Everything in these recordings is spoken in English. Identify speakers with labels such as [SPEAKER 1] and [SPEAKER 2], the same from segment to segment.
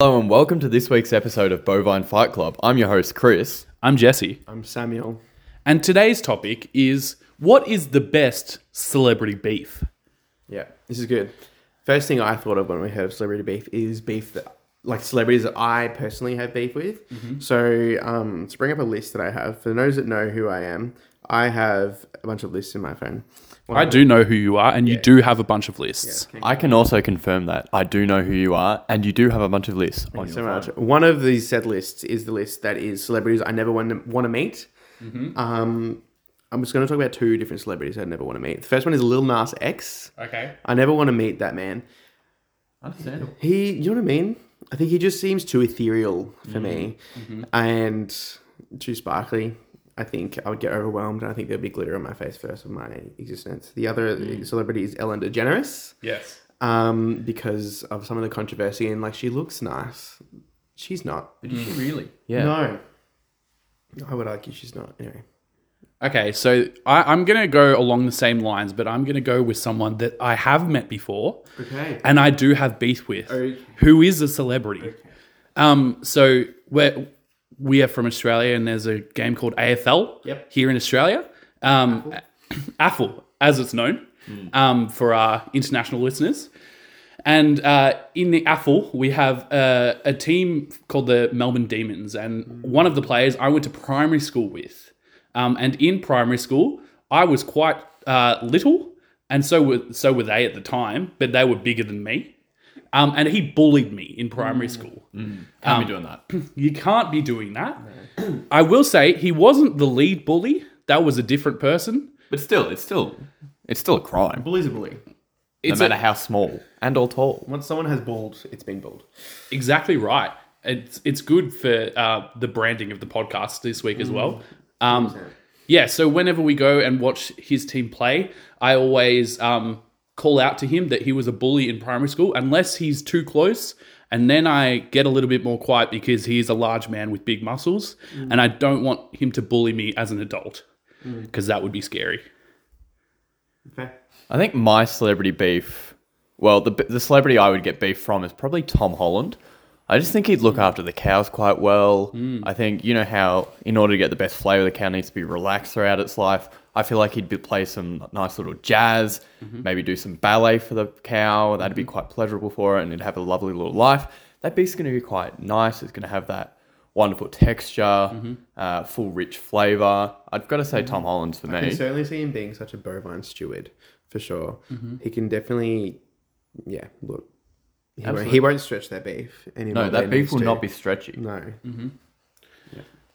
[SPEAKER 1] Hello and welcome to this week's episode of Bovine Fight Club. I'm your host, Chris.
[SPEAKER 2] I'm Jesse.
[SPEAKER 3] I'm Samuel.
[SPEAKER 2] And today's topic is what is the best celebrity beef?
[SPEAKER 3] Yeah, this is good. First thing I thought of when we heard of celebrity beef is beef that, like celebrities that I personally have beef with. So um, to bring up a list that I have for those that know who I am, I have a bunch of lists in my phone. One
[SPEAKER 2] I
[SPEAKER 3] of-
[SPEAKER 2] do know who you are, and you do have a bunch of lists.
[SPEAKER 3] Okay,
[SPEAKER 1] I can also confirm that I do know who you are, and you do have a bunch of lists on
[SPEAKER 3] Thank you
[SPEAKER 1] your
[SPEAKER 3] so much. One of these said lists is the list that is celebrities I never want to, want to meet. Um, I'm just going to talk about two different celebrities I never want to meet. The first one is Lil Nas X.
[SPEAKER 2] Okay.
[SPEAKER 3] I never want to meet that man.
[SPEAKER 1] Understandable.
[SPEAKER 3] He, you know what I mean? I think he just seems too ethereal for me and too sparkly. I think I would get overwhelmed. and I think there'd be glitter on my face first of my existence. The other celebrity is Ellen DeGeneres
[SPEAKER 2] Yes.
[SPEAKER 3] um, because of some of the controversy and like she looks nice. She's not.
[SPEAKER 1] Really? Yeah.
[SPEAKER 3] No. I would argue she's not. Anyway.
[SPEAKER 2] Okay, so I, I'm going to go along the same lines, but I'm going to go with someone that I have met before
[SPEAKER 3] Okay.
[SPEAKER 2] and I do have beef with,
[SPEAKER 3] Okay.
[SPEAKER 2] who is a celebrity. Um, so we're, we are from Australia, and there's a game called AFL
[SPEAKER 3] Yep.
[SPEAKER 2] here in Australia. Um, AFL, as it's known um, for our international listeners. And uh, in the AFL, we have uh, a team called the Melbourne Demons. And one of the players I went to primary school with. Um, and in primary school, I was quite uh, little. And so were, so were they at the time, but they were bigger than me. Um, and he bullied me in primary
[SPEAKER 1] Mm.
[SPEAKER 2] school.
[SPEAKER 1] Can't be doing that.
[SPEAKER 2] You can't be doing that. I will say he wasn't the lead bully. That was a different person.
[SPEAKER 1] But still, it's still, it's still a crime,
[SPEAKER 3] Bully's a bully.
[SPEAKER 1] no
[SPEAKER 2] It's a-
[SPEAKER 1] matter how small and or tall.
[SPEAKER 3] Once someone has bald, it's been bald.
[SPEAKER 2] exactly right. It's it's good for uh, the branding of the podcast this week as well. Um, yeah, so whenever we go and watch his team play, I always um, call out to him that he was a bully in primary school, unless he's too close. And then I get a little bit more quiet because he is a large man with big muscles, and I don't want him to bully me as an adult because that would be scary.
[SPEAKER 3] Okay.
[SPEAKER 1] I think my celebrity beef, well, the the celebrity I would get beef from is probably Tom Holland. I just think he'd look
[SPEAKER 3] Hmm.
[SPEAKER 1] after the cows quite well. I think you know how, in order to get the best flavour, the cow needs to be relaxed throughout its life. I feel like he'd be, play some nice little jazz,
[SPEAKER 3] Mm-hmm.
[SPEAKER 1] maybe do some ballet for the cow. That'd be quite pleasurable for it, and it'd have a lovely little life. That beef's going to be quite nice. It's going to have that wonderful texture,
[SPEAKER 3] Mm-hmm.
[SPEAKER 1] uh, full rich flavour. I've got to say, Tom Holland's for me.
[SPEAKER 3] can certainly see him being such a bovine steward for sure.
[SPEAKER 1] Mm-hmm.
[SPEAKER 3] He can definitely, yeah, look. He, won't, he won't stretch that beef anymore.
[SPEAKER 1] no,
[SPEAKER 3] than
[SPEAKER 1] that
[SPEAKER 3] he
[SPEAKER 1] beef will
[SPEAKER 3] needs
[SPEAKER 1] not
[SPEAKER 3] to.
[SPEAKER 1] be Mm-hmm. stretchy.
[SPEAKER 3] No.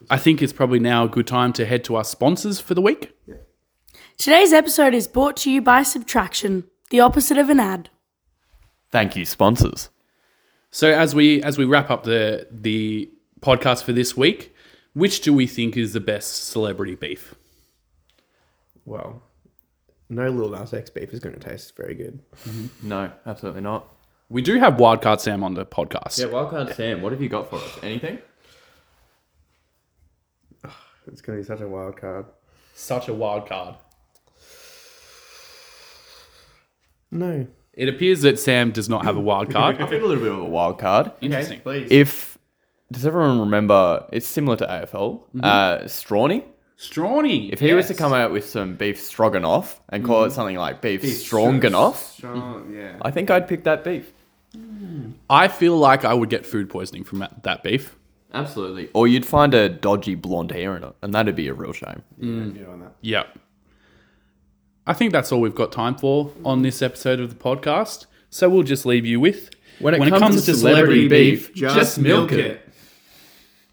[SPEAKER 2] I think it's probably now a good time to head to our sponsors for the week.
[SPEAKER 4] Today's episode is brought to you by subtraction, the opposite of an ad.
[SPEAKER 1] Thank you, sponsors.
[SPEAKER 2] So as we as we wrap up the the podcast for this week, which do we think is the best celebrity beef?
[SPEAKER 3] Well, no Lil Nas X beef is going to taste very good.
[SPEAKER 1] No, absolutely not.
[SPEAKER 2] We do have Wildcard Sam on the podcast.
[SPEAKER 1] Wildcard Sam, what have you got for us? Anything?
[SPEAKER 3] It's going to be such a wild card.
[SPEAKER 2] Such a wild card.
[SPEAKER 3] No.
[SPEAKER 2] It appears that Sam does not have a wild
[SPEAKER 1] I
[SPEAKER 2] card.
[SPEAKER 1] think a little bit of a wild card.
[SPEAKER 2] Interesting.
[SPEAKER 3] please.
[SPEAKER 1] If does everyone remember? It's similar to AFL. Uh, Strawny.
[SPEAKER 2] Strawny.
[SPEAKER 1] If he was to come out with some beef stroganoff and call it something like Mm-hmm. beef, stroganoff,
[SPEAKER 3] Strong, yeah.
[SPEAKER 1] I think I'd pick that beef.
[SPEAKER 2] I feel like I would get food poisoning from that, that beef.
[SPEAKER 1] Absolutely. Or you'd find a dodgy blonde hair in it, and that'd be a real shame.
[SPEAKER 3] on that.
[SPEAKER 2] Yeah. I think that's all we've got time for on this episode of the podcast. So we'll just leave you with
[SPEAKER 1] When it comes to celebrity beef, just milk it.